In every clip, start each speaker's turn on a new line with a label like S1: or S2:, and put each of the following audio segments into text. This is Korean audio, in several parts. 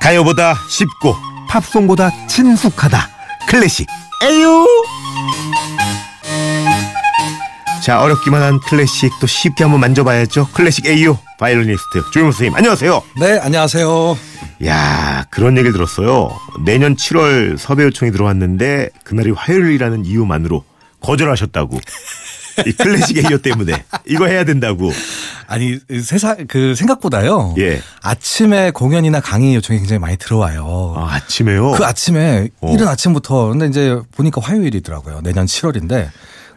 S1: 라디오보다 쉽고 팝송보다 친숙하다 클래식 에유 자 어렵기만 한 클래식 또 쉽게 한번 만져봐야죠 클래식 에유 바이올리니스트 조용 선생님 안녕하세요
S2: 네, 안녕하세요.
S1: 야 그런 얘기를 들었어요 내년 7월 섭외 요청이 들어왔는데 그날이 화요일이라는 이유만으로 거절하셨다고 이 클래식 에유 때문에 이거 해야 된다고
S2: 아니 세상 그 생각보다요.
S1: 예.
S2: 아침에 공연이나 강의 요청이 굉장히 많이 들어와요.
S1: 아, 아침에요
S2: 그 아침에
S1: 어.
S2: 이른 아침부터 근데 이제 보니까 화요일이더라고요. 내년 7월인데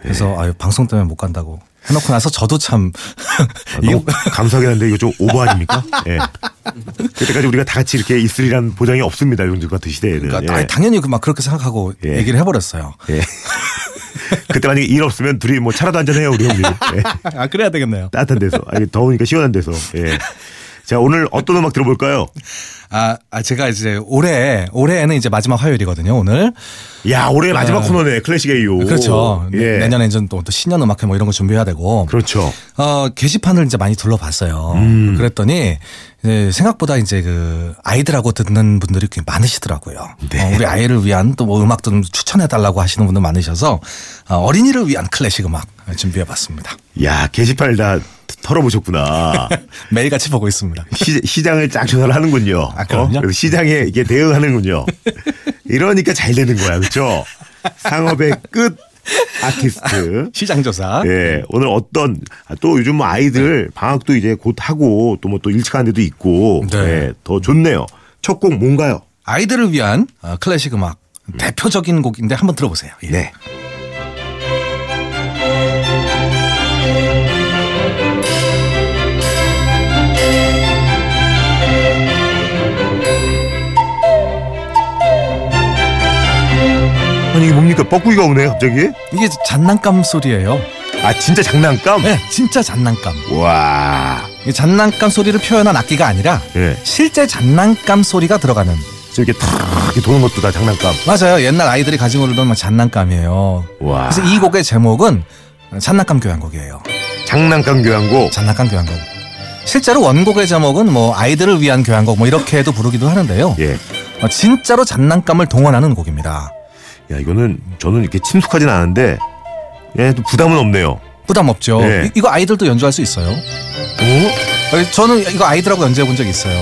S2: 그래서 아유, 방송 때문에 못 간다고 해놓고 나서 저도 참
S1: 예. 아,
S2: 이게
S1: 너무 감사하긴 한데 이거 좀 오버 아닙니까? 예. 그때까지 우리가 다 같이 이렇게 있으리란 보장이 없습니다. 요즘 같은 시대에는.
S2: 그러니까
S1: 예.
S2: 아니, 당연히 그 막 그렇게 생각하고
S1: 예.
S2: 얘기를 해버렸어요.
S1: 예. 그때 만약에 일 없으면 둘이 뭐 차라도 한잔해요. 우리 형님. 예.
S2: 아 그래야 되겠네요.
S1: 따뜻한 데서. 아니, 더우니까 시원한 데서. 예. 자, 오늘 어떤 음악 들어볼까요?
S2: 아, 아 제가 이제 올해 올해에는 이제 마지막 화요일이거든요. 오늘
S1: 야, 올해 마지막
S2: 아.
S1: 코너네. 클래식 AO.
S2: 그렇죠.
S1: 예.
S2: 내년에 이제 또, 또 신년 음악회 뭐 이런 거 준비해야 되고
S1: 그렇죠.
S2: 어, 게시판을 이제 많이 둘러봤어요. 그랬더니 이제 생각보다 이제 그 아이들하고 듣는 분들이 꽤 많으시더라고요.
S1: 네.
S2: 어, 우리 아이를 위한 또 뭐 음악도 좀 추천해 달라고 하시는 분들 많으셔서 어, 어린이를 위한 클래식 음악 준비해 봤습니다.
S1: 야, 게시판을 다 털어보셨구나.
S2: 매일같이 보고 있습니다.
S1: 시, 장을쫙 조사를 하는군요.
S2: 아, 그럼요?
S1: 그래서 시장에 이게 대응하는군요. 이러니까 잘 되는 거야, 그렇죠? 상업의 끝 아티스트.
S2: 시장 조사.
S1: 예, 오늘 어떤 아, 또 요즘 뭐 아이들 방학도 이제 곧 하고 또 뭐 또 일찍 하는 데도 있고
S2: 네.
S1: 예, 더 좋네요. 첫 곡 뭔가요?
S2: 아이들을 위한 어, 클래식 음악 대표적인 곡인데 한번 들어보세요. 예.
S1: 네. 아니 이게 뭡니까? 뻐꾸기가 오네 갑자기?
S2: 이게 장난감 소리예요.
S1: 아 진짜 장난감?
S2: 네, 진짜 장난감.
S1: 와.
S2: 이 장난감 소리를 표현한 악기가 아니라
S1: 예.
S2: 실제 장난감 소리가 들어가는
S1: 저 이렇게 탁 이렇게 도는 것도 다 장난감.
S2: 맞아요. 옛날 아이들이 가지고 놀던 막 장난감이에요.
S1: 와.
S2: 그래서 이 곡의 제목은 장난감 교향곡이에요.
S1: 장난감 교향곡.
S2: 장난감 교향곡. 실제로 원곡의 제목은 뭐 아이들을 위한 교향곡 뭐 이렇게도 부르기도 하는데요.
S1: 예.
S2: 어, 진짜로 장난감을 동원하는 곡입니다.
S1: 야 이거는 저는 이렇게 침숙하진 않은데 예, 또 부담은 없네요.
S2: 부담 없죠.
S1: 네.
S2: 이, 이거 아이들도 연주할 수 있어요.
S1: 어?
S2: 아니, 저는 이거 아이들하고 연주해 본 적이 있어요.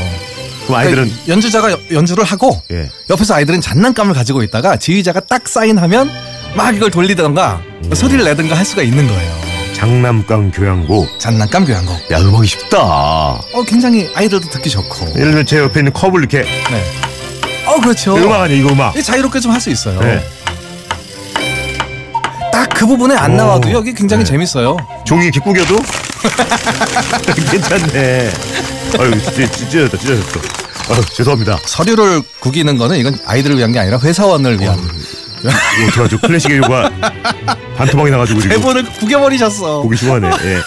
S1: 그럼 아이들은
S2: 그러니까 연주자가 여- 연주를 하고
S1: 예.
S2: 옆에서 아이들은 장난감을 가지고 있다가 지휘자가 딱 사인하면 막 이걸 돌리던가
S1: 음.
S2: 소리를 내든가 할 수가 있는 거예요.
S1: 장난감 교향곡.
S2: 장난감 교향곡.
S1: 야 음악이 쉽다.
S2: 어 굉장히 아이들도 듣기 좋고.
S1: 예를 들면 제 옆에 있는 컵을 이렇게
S2: 네. 어 그렇죠.
S1: 네, 음악 아니 이거 음악.
S2: 이게 자유롭게 좀 할 수 있어요.
S1: 네.
S2: 딱 그 부분에 안
S1: 오.
S2: 나와도 여기 굉장히
S1: 네.
S2: 재밌어요.
S1: 종이 이렇게 구겨도 괜찮네. 아유 진짜 찢어졌다 찢어졌어. 아유 죄송합니다.
S2: 서류를 구기는 거는 이건 아이들을 위한 게 아니라
S1: 어,
S2: 회사원을 위한.
S1: 이거 어떡하죠? 클래식의 요가 반토막이 나가지고 지금
S2: 대본을 구겨버리셨어.
S1: 보기 심하네. 예.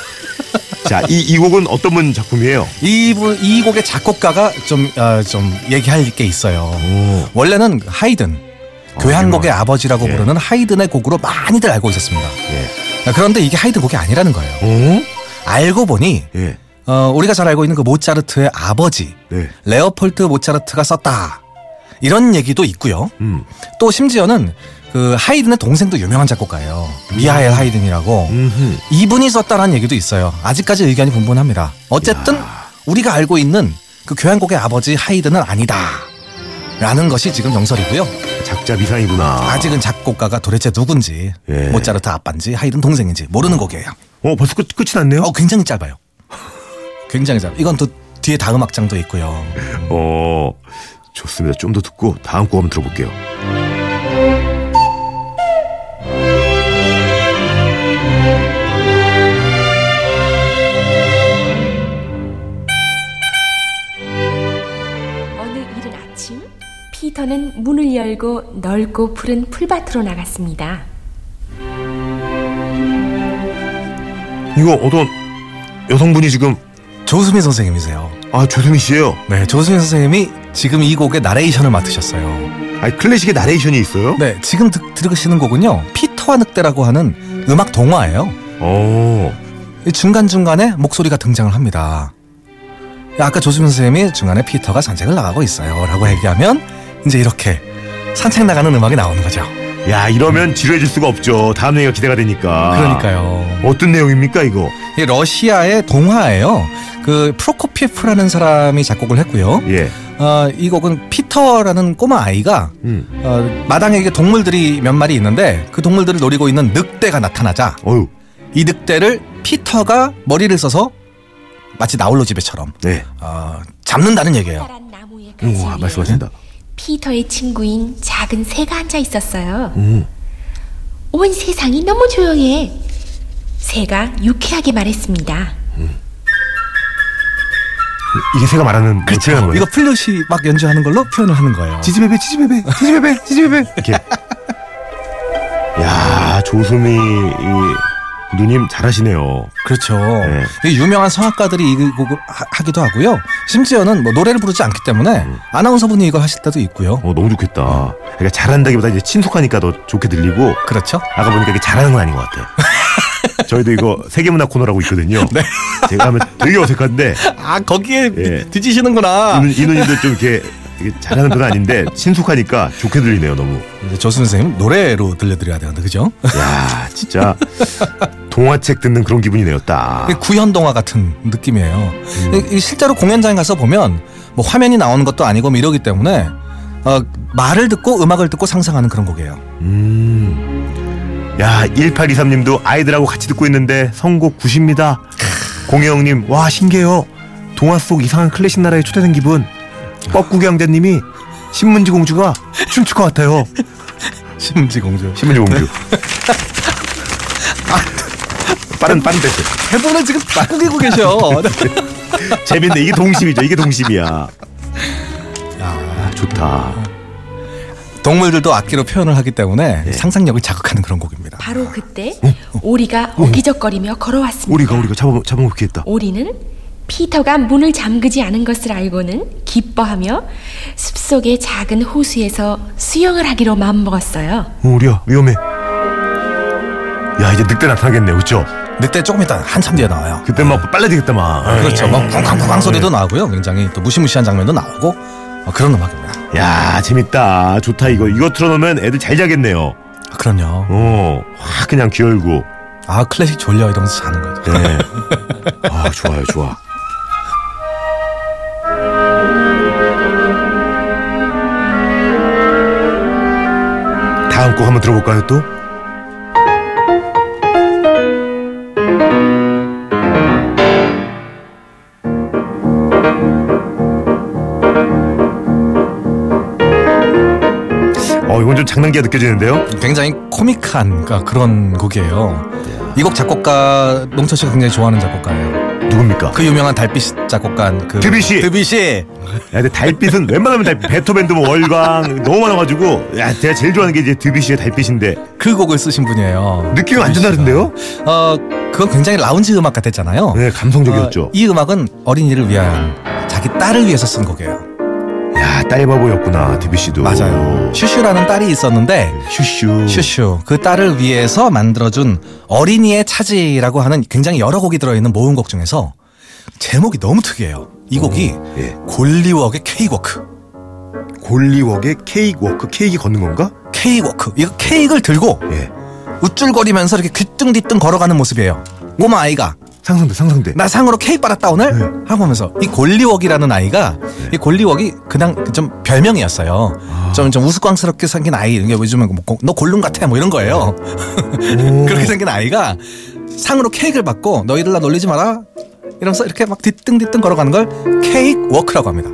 S1: 자, 이, 이 곡은 어떤 분 작품이에요?
S2: 이분 이 곡의 작곡가가 좀 어, 좀 얘기할 게 있어요.
S1: 오.
S2: 원래는 그 하이든 교향곡의 아버지라고
S1: 어, 예.
S2: 부르는 하이든의 곡으로 많이들 알고 있었습니다.
S1: 예.
S2: 그런데 이게 하이든 곡이 아니라는 거예요.
S1: 어?
S2: 알고 보니
S1: 예.
S2: 어, 우리가 잘 알고 있는 그 모차르트의 아버지
S1: 네.
S2: 레오폴트 모차르트가 썼다 이런 얘기도 있고요.
S1: 음.
S2: 또 심지어는 그 하이든의 동생도 유명한 작곡가예요. 미하엘 하이든이라고
S1: 음흠.
S2: 이분이 썼다라는 얘기도 있어요. 아직까지 의견이 분분합니다. 어쨌든 우리가 알고 있는 그 교향곡의 아버지 하이든은 아니다. 라는 것이 지금 명설이고요.
S1: 작자 미상이구나.
S2: 아직은 작곡가가 도대체 누군지
S1: 예.
S2: 모차르트 아빠인지 하이든 동생인지 모르는 곡이에요.
S1: 어, 벌써 끝, 끝이 났네요?
S2: 어 굉장히 짧아요. 굉장히 짧아. 요 이건 또 뒤에 다음 악장도 있고요.
S1: 어. 좋습니다. 좀 더 듣고 다음 곡 한번 들어볼게요.
S3: 어느 이른 아침 피터는 문을 열고 넓고 푸른 풀밭으로 나갔습니다.
S1: 이거 어떤 여성분이 지금
S2: 조수민 선생님이세요.
S1: 아, 조승희 씨예요.
S2: 네, 조수민 선생님이 지금 이 곡의 나레이션을 맡으셨어요.
S1: 아, 클래식의 나레이션이 있어요?
S2: 네, 지금 듣, 들으시는 곡은요. 피터와 늑대라고 하는 음악 동화예요.
S1: 어.
S2: 이 중간중간에 목소리가 등장을 합니다. 아까 조수민 선생님이 중간에 피터가 산책을 나가고 있어요. 라고 얘기하면 이제 이렇게 산책 나가는 음악이 나오는 거죠.
S1: 야 이러면 지루해질 수가 없죠. 다음 얘기가 기대가 되니까.
S2: 그러니까요.
S1: 어떤 내용입니까 이거?
S2: 이 러시아의 동화예요. 그 프로코피프라는 사람이 작곡을 했고요.
S1: 예.
S2: 어, 이 곡은 피터라는 꼬마 아이가
S1: 음.
S2: 어, 마당에 이게 동물들이 몇 마리 있는데 그 동물들을 노리고 있는 늑대가 나타나자
S1: 어유.
S2: 이 늑대를 피터가 머리를 써서 마치 나홀로 집에처럼
S1: 네.
S2: 어, 잡는다는 얘기예요.
S3: 커다란 나무의 가지
S1: 우와
S3: 위에
S1: 아, 말씀하신다.
S3: 피터의 친구인 작은 새가 앉아 있었어요.
S1: 음.
S3: 온 세상이 너무 조용해. 새가 유쾌하게 말했습니다.
S1: 이게 새가 말하는 그렇죠. 거예요.
S2: 이거 플루시 막 연주하는 걸로 표현을 하는 거예요.
S1: 지지배배 지지배배 지지배배 지지배배 이렇게. 야 조수미 이 누님 잘하시네요.
S2: 그렇죠. 이 유명한 성악가들이 이 곡을 하, 하기도 하고요. 심지어는 뭐 노래를 부르지 않기 때문에 아나운서분이 이걸 하실 때도 있고요.
S1: 음. 어 너무 좋겠다. 그러니까 잘한다기보다 이제 친숙하니까 더 좋게 들리고
S2: 그렇죠.
S1: 아까 보니까 이게 잘하는 건 아닌 것 같아. 저희도 이거 세계문화 코너라고 있거든요. 제가 하면 되게 어색한데
S2: 아 거기에
S1: 예.
S2: 뒤지시는구나.
S1: 이누- 이누님도 좀 이렇게 이렇게 잘하는 편은 아닌데 친숙하니까 좋게 들리네요 너무.
S2: 이제 조수 선생님 노래로 들려드려야 되는데 그죠?
S1: 야 진짜 동화책 듣는 그런 기분이네요 딱.
S2: 아. 구현 동화 같은 느낌이에요. 이- 이 실제로 공연장에 가서 보면 뭐 화면이 나오는 것도 아니고 뭐 이러기 때문에 어, 말을 듣고 음악을 듣고 상상하는 그런 곡이에요.
S1: 음. 야 1823님도 아이들하고 같이 듣고 있는데 선곡 9입니다 공혜영님 와 신기해요. 동화 속 이상한 클래식 나라에 초대된 기분. 뻐꾸기 왕자님이 신문지 공주가 춤출 것 같아요.
S2: 심지 공주.
S1: 신문지 공주. 빠른 빠른 패스.
S2: 대부분은 지금 다 꾸기고 계셔.
S1: 재밌네. 이게 동심이죠. 이게 동심이야. 야 좋다.
S2: 동물들도 악기로 표현을 하기 때문에 상상력을 자극하는 그런 곡입니다.
S3: 바로 그때
S1: 어?
S3: 오리가 어기적거리며 걸어왔습니다.
S1: 우리가 우리가 잡아 잡아먹겠다. 어,
S3: 오리는 피터가 문을 잠그지 않은 것을 알고는 기뻐하며 숲속의 작은 호수에서 수영을 하기로 마음먹었어요.
S1: 어, 우리야 위험해. 야 이제 늑대 나타나겠네. 그렇죠?
S2: 늑대 조금 있다 한참 뒤에 나와요.
S1: 그때 막 빨라지겠다 막.
S2: 그렇죠. 막 쿵쾅쿵쾅 소리도 나오고요. 굉장히 또 무시무시한 장면도 나오고 어, 그런 음악입니다.
S1: 야 재밌다. 좋다 이거 이거 틀어놓으면 애들 잘 자겠네요.
S2: 아, 그럼요.
S1: 어, 확 그냥 기울고.
S2: 아 클래식 졸려 이러면서 자는 거죠.
S1: 네. 아 좋아요 좋아. 다음 곡 한번 들어볼까요 또? 어 이건 좀 장난기가 느껴지는데요?
S2: 굉장히 코믹한 그러니까 그런 곡이에요. 이 곡 작곡가 농철 씨가 굉장히 좋아하는 작곡가예요.
S1: 누굽니까?
S2: 그 유명한 달빛 작곡가 그
S1: 드뷔시!
S2: 드뷔시.
S1: 야, 근데 달빛은 웬만하면 달빛 베토벤도 뭐 월광 너무 많아가지고 야 제가 제일 좋아하는 게 이제 드뷔시의 달빛인데
S2: 그 곡을 쓰신 분이에요.
S1: 느낌이 완전 다른데요?
S2: 어 그건 굉장히 라운지 음악 같았잖아요.
S1: 네
S2: 어,
S1: 감성적이었죠
S2: 이 음악은 어린이를 위한 자기 딸을 위해서 쓴 곡이에요.
S1: 야 딸바보였구나 드뷔시도
S2: 맞아요. 슈슈라는 딸이 있었는데
S1: 슈슈
S2: 슈슈 그 딸을 위해서 만들어준 어린이의 차지라고 하는 굉장히 여러 곡이 들어있는 모음곡 중에서 제목이 너무 특이해요. 이 곡이
S1: 예.
S2: 골리웍의 케이워크.
S1: 골리웍의 케이크 워크 케이크 걷는 건가?
S2: 케이워크. 이거 케이크를 들고
S1: 예
S2: 우쭐거리면서 이렇게 귀뚱뒤뚱 걸어가는 모습이에요. 꼬마 아이가
S1: 상상돼 상상돼
S2: 나 상으로 케이크 받았다 오늘
S1: 네.
S2: 하고 하면서 이 골리웍이라는 아이가 이 골리웍이 그냥 좀 별명이었어요. 좀 좀 우스꽝스럽게 생긴 아이 이게 요즘에 뭐, 고- 너 골룸 같아 뭐 이런 거예요. 그렇게 생긴 아이가 상으로 케이크를 받고 너희들 나 놀리지 마라 이러면서 이렇게 막 뒤뚱뒤뚱 걸어가는 걸 케이크 워크라고 합니다.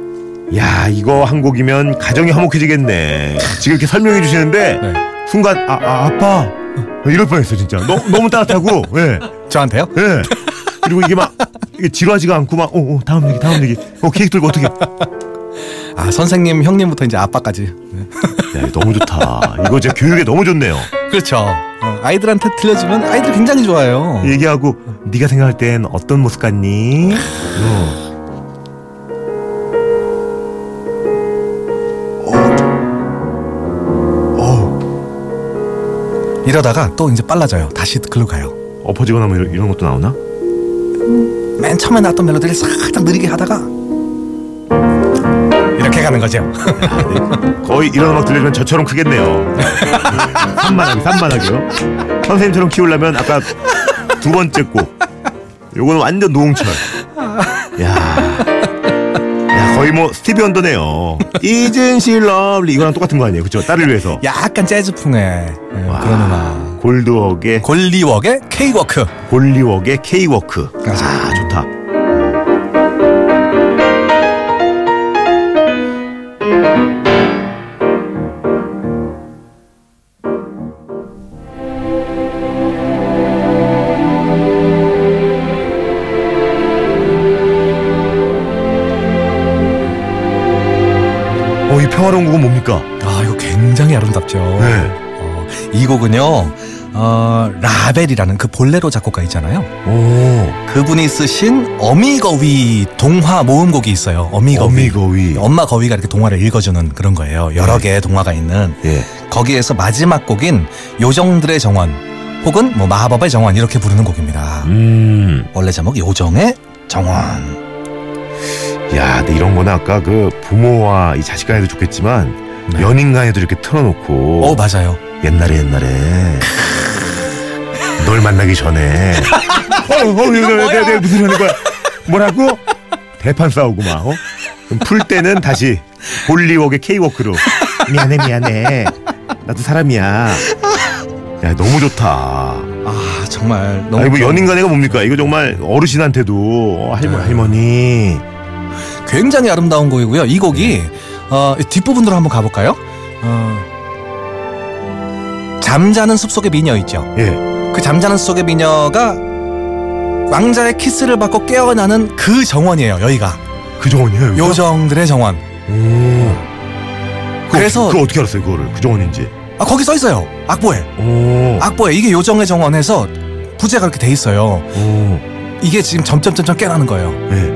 S1: 야 이거 한 곡이면 가정이 화목해지겠네 지금 이렇게 설명해 주시는데
S2: 네.
S1: 순간 아, 아 아빠 이럴 뻔했어 진짜 너, 너무 따뜻하고 예.
S2: 저한테요?
S1: 예. 그리고 이게 막 이게 지루하지가 않고 막 어, 어, 다음 얘기 다음 얘기 어 케이크 들고 어떻게
S2: 아 선생님 형님부터 이제 아빠까지. 네.
S1: 야, 너무 좋다. 이거 제 교육에 너무 좋네요.
S2: 그렇죠. 어, 아이들한테 들려주면 아이들 굉장히 좋아해요.
S1: 얘기하고 네가 생각할 땐 어떤 모습 같니? 어. 어,
S2: 이러다가 또 이제 빨라져요. 다시 글로 가요.
S1: 엎어지거나 뭐 이런, 이런 것도 나오나?
S2: 맨 처음에 나왔던 멜로디를 살짝 느리게 하다가 가는 거죠.
S1: 거의 이런 음악 들려주면 저처럼 크겠네요. 산만하게 산만하게요. 선생님처럼 키우려면 아까 두 번째 곡 요거는 완전 노홍철. 야, 야 거의 뭐 스티비 원더네요. 이젠 시 러블리 이거랑 똑같은 거 아니에요, 그렇죠? 딸을 위해서.
S2: 약간 재즈풍의 예,
S1: 와,
S2: 그런 음악.
S1: 골드웍의
S2: 골리웍의 K-워크.
S1: 골리웍의 K-워크.
S2: 맞아요.
S1: 아 좋다. 어, 이 평화로운 곡은 뭡니까?
S2: 아, 이거 굉장히 아름답죠.
S1: 네.
S2: 어, 이 곡은요, 어, 라벨이라는 그 볼레로 작곡가 있잖아요.
S1: 오,
S2: 그분이 쓰신 어미거위 동화 모음곡이 있어요. 어미거위.
S1: 어미거위.
S2: 엄마 거위가 이렇게 동화를 읽어주는 그런 거예요. 여러
S1: 네.
S2: 개의 동화가 있는.
S1: 예.
S2: 거기에서 마지막 곡인 요정들의 정원 혹은 뭐 마법의 정원 이렇게 부르는 곡입니다.
S1: 음.
S2: 원래 제목 요정의 정원.
S1: 야, 근데 이런 거는 아까 그 부모와 이 자식 간에도 좋겠지만
S2: 네.
S1: 연인 간에도 이렇게 틀어놓고
S2: 어 맞아요.
S1: 옛날에 옛날에 널 만나기 전에 어, 어, 어,
S2: 이거
S1: 내, 내,
S2: 뭐야?
S1: 내, 무슨 하는 거야? 뭐라고? 대판 싸우고 막. 어? 그럼 풀 때는 다시 볼리웍의 케이워크로 미안해 미안해 나도 사람이야. 야 너무 좋다.
S2: 아 정말 너무
S1: 아니 뭐 연인 간애가 뭡니까? 이거 정말 어르신한테도 어, 할머
S2: 네.
S1: 할머니.
S2: 굉장히 아름다운 곡이고요. 이 곡이
S1: 네.
S2: 어, 이 뒷부분으로 한번 가볼까요? 어, 잠자는 숲속의 미녀 있죠.
S1: 예.
S2: 그 잠자는 속의 미녀가 왕자의 키스를 받고 깨어나는 그 정원이에요. 여기가
S1: 그 정원이에요. 여기가?
S2: 요정들의 정원.
S1: 오.
S2: 그래서-
S1: 그 어떻게 알았어요 그거를 그 정원인지. 아,
S2: 아 거기 써 있어요. 악보에
S1: 오.
S2: 악보에 이게 요정의 정원에서 부제가 이렇게 돼 있어요.
S1: 오.
S2: 이게 지금 점점 점점 깨나는 거예요.
S1: 네.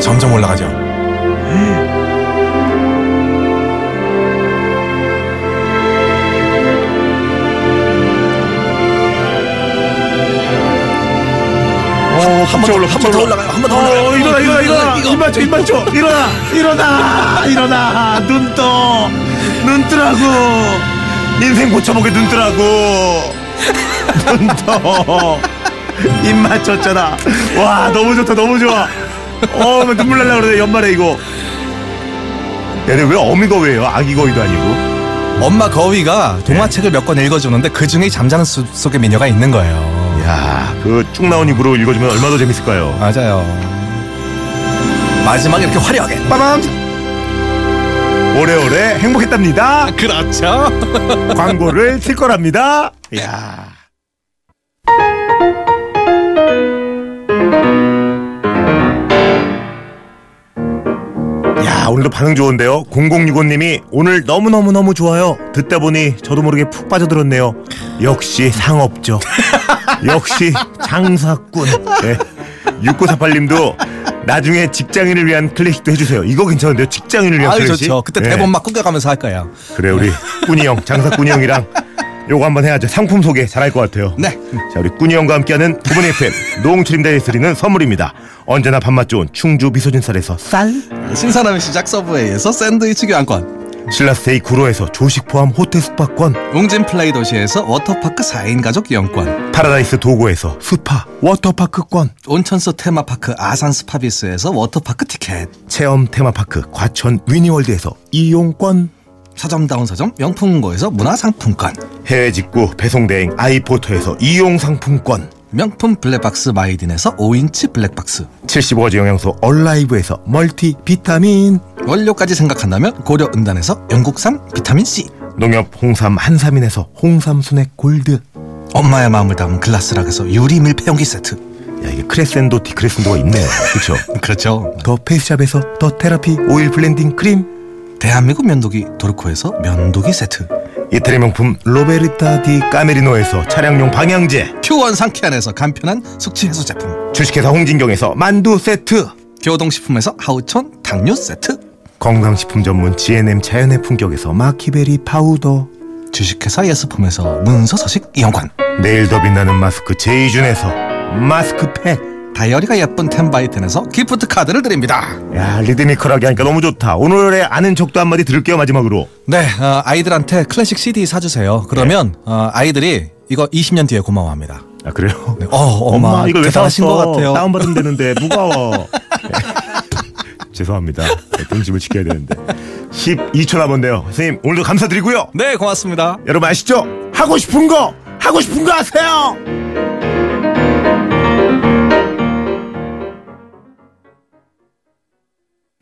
S2: 점점 올라가죠.
S1: 어,
S2: 더, 한번더 올라가요. 한번더 올라가요.
S1: 어, 일어나, 일어나, 일어나.
S2: 이거.
S1: 입 맞춰, 입 맞춰. 일어나, 일어나, 일어나. 눈 떠, 눈 뜨라고. 인생 고쳐보게 눈 뜨라고. 눈 떠. 입 맞췄잖아. 와, 너무 좋다, 너무 좋아. 어, 막 눈물 날라 그러네 연말에 이거. 얘네 왜 어미가 왜요? 아기 거위도 아니고.
S2: 엄마 거위가 동화책을 몇 권 읽어주는데 그 중에 잠자는 숲 속의 미녀가 있는 거예요.
S1: 야, 그 쭉 나온 입으로 읽어주면 얼마나 더 재밌을까요?
S2: 맞아요. 마지막에 이렇게 화려하게.
S1: 빠밤 오래오래 행복했답니다
S2: 그렇죠.
S1: 광고를 칠 거랍니다 야 야, 오늘도 반응 좋은데요. 0065님이 오늘 너무너무너무 좋아요. 듣다 보니 저도 모르게 푹 빠져들었네요. 역시 상업죠. 역시 장사꾼. 네. 6948님도 나중에 직장인을 위한 클래식도 해주세요. 이거 괜찮은데요? 직장인을 위한
S2: 아유
S1: 클래식.
S2: 좋죠. 그때
S1: 네.
S2: 대본 막 꾸겨가면서 할 거예요.
S1: 그래 우리 꾸니 형 장사 꾸니 형이랑 요거 한번 해야죠 상품 소개 잘할 것 같아요
S2: 네.
S1: 자 우리 꾸니 형과 함께하는 부분 FM 노홍철임 다이어리는 선물입니다 언제나 밥맛 좋은 충주 미소진 쌀에서 쌀
S2: 신사람의 시작 서브웨이에서 샌드위치 교환권
S1: 신라스테이 구로에서 조식 포함 호텔 숙박권
S2: 웅진 플레이 도시에서 워터파크 4인 가족 이용권
S1: 파라다이스 도고에서 스파 워터파크권
S2: 온천수 테마파크 아산 스파비스에서 워터파크 티켓
S1: 체험 테마파크 과천 위니월드에서 이용권
S2: 서점다운 서점 명품고에서 문화상품권
S1: 해외 직구 배송 대행 아이포터에서 이용 상품권
S2: 명품 블랙박스 마이딘에서 5인치 블랙박스
S1: 75가지 영양소 얼라이브에서 멀티 비타민
S2: 원료까지 생각한다면 고려은단에서 영국산 비타민C
S1: 농협 홍삼 한삼인에서 홍삼 순액 골드
S2: 엄마의 마음을 담은 글라스락에서 유리 밀폐용기 세트
S1: 야 이게 크레센도 디크레센도가 있네 그쵸
S2: 그렇죠
S1: 더 페이스샵에서 더 테라피 오일 블렌딩 크림
S2: 대한민국 면도기 도르코에서 면도기 세트
S1: 이태리 명품 로베르타 디 까메리노에서 차량용 방향제
S2: 큐원 상쾌한에서 간편한 숙취 해소 제품
S1: 주식회사 홍진경에서 만두 세트
S2: 교동식품에서 하우촌 당뇨 세트
S1: 건강식품 전문 GNM 자연의 품격에서 마키베리 파우더
S2: 주식회사 예스폼에서 문서서식 이용권
S1: 내일 더 빛나는 마스크 제이준에서 마스크팩
S2: 다이어리가 예쁜 텐바이텐에서 기프트 카드를 드립니다.
S1: 야 리드미컬하게 하니까 너무 좋다. 오늘의 아는 척도 한마디 들을게요 마지막으로.
S2: 네, 어, 아이들한테 클래식 CD 사주세요. 그러면 어, 아이들이 이거 20년 뒤에 고마워합니다.
S1: 아 그래요?
S2: 네, 어, 엄마,
S1: 이걸 왜
S2: 대단하신
S1: 사왔어?
S2: 것 같아요.
S1: 다운 받으면 되는데 무거워. 네. 죄송합니다. 네, 등짐을 지켜야 되는데 12초 남았네요. 선생님 오늘도 감사드리고요.
S2: 네, 고맙습니다.
S1: 여러분 아시죠? 하고 싶은 거 하고 싶은 거 하세요.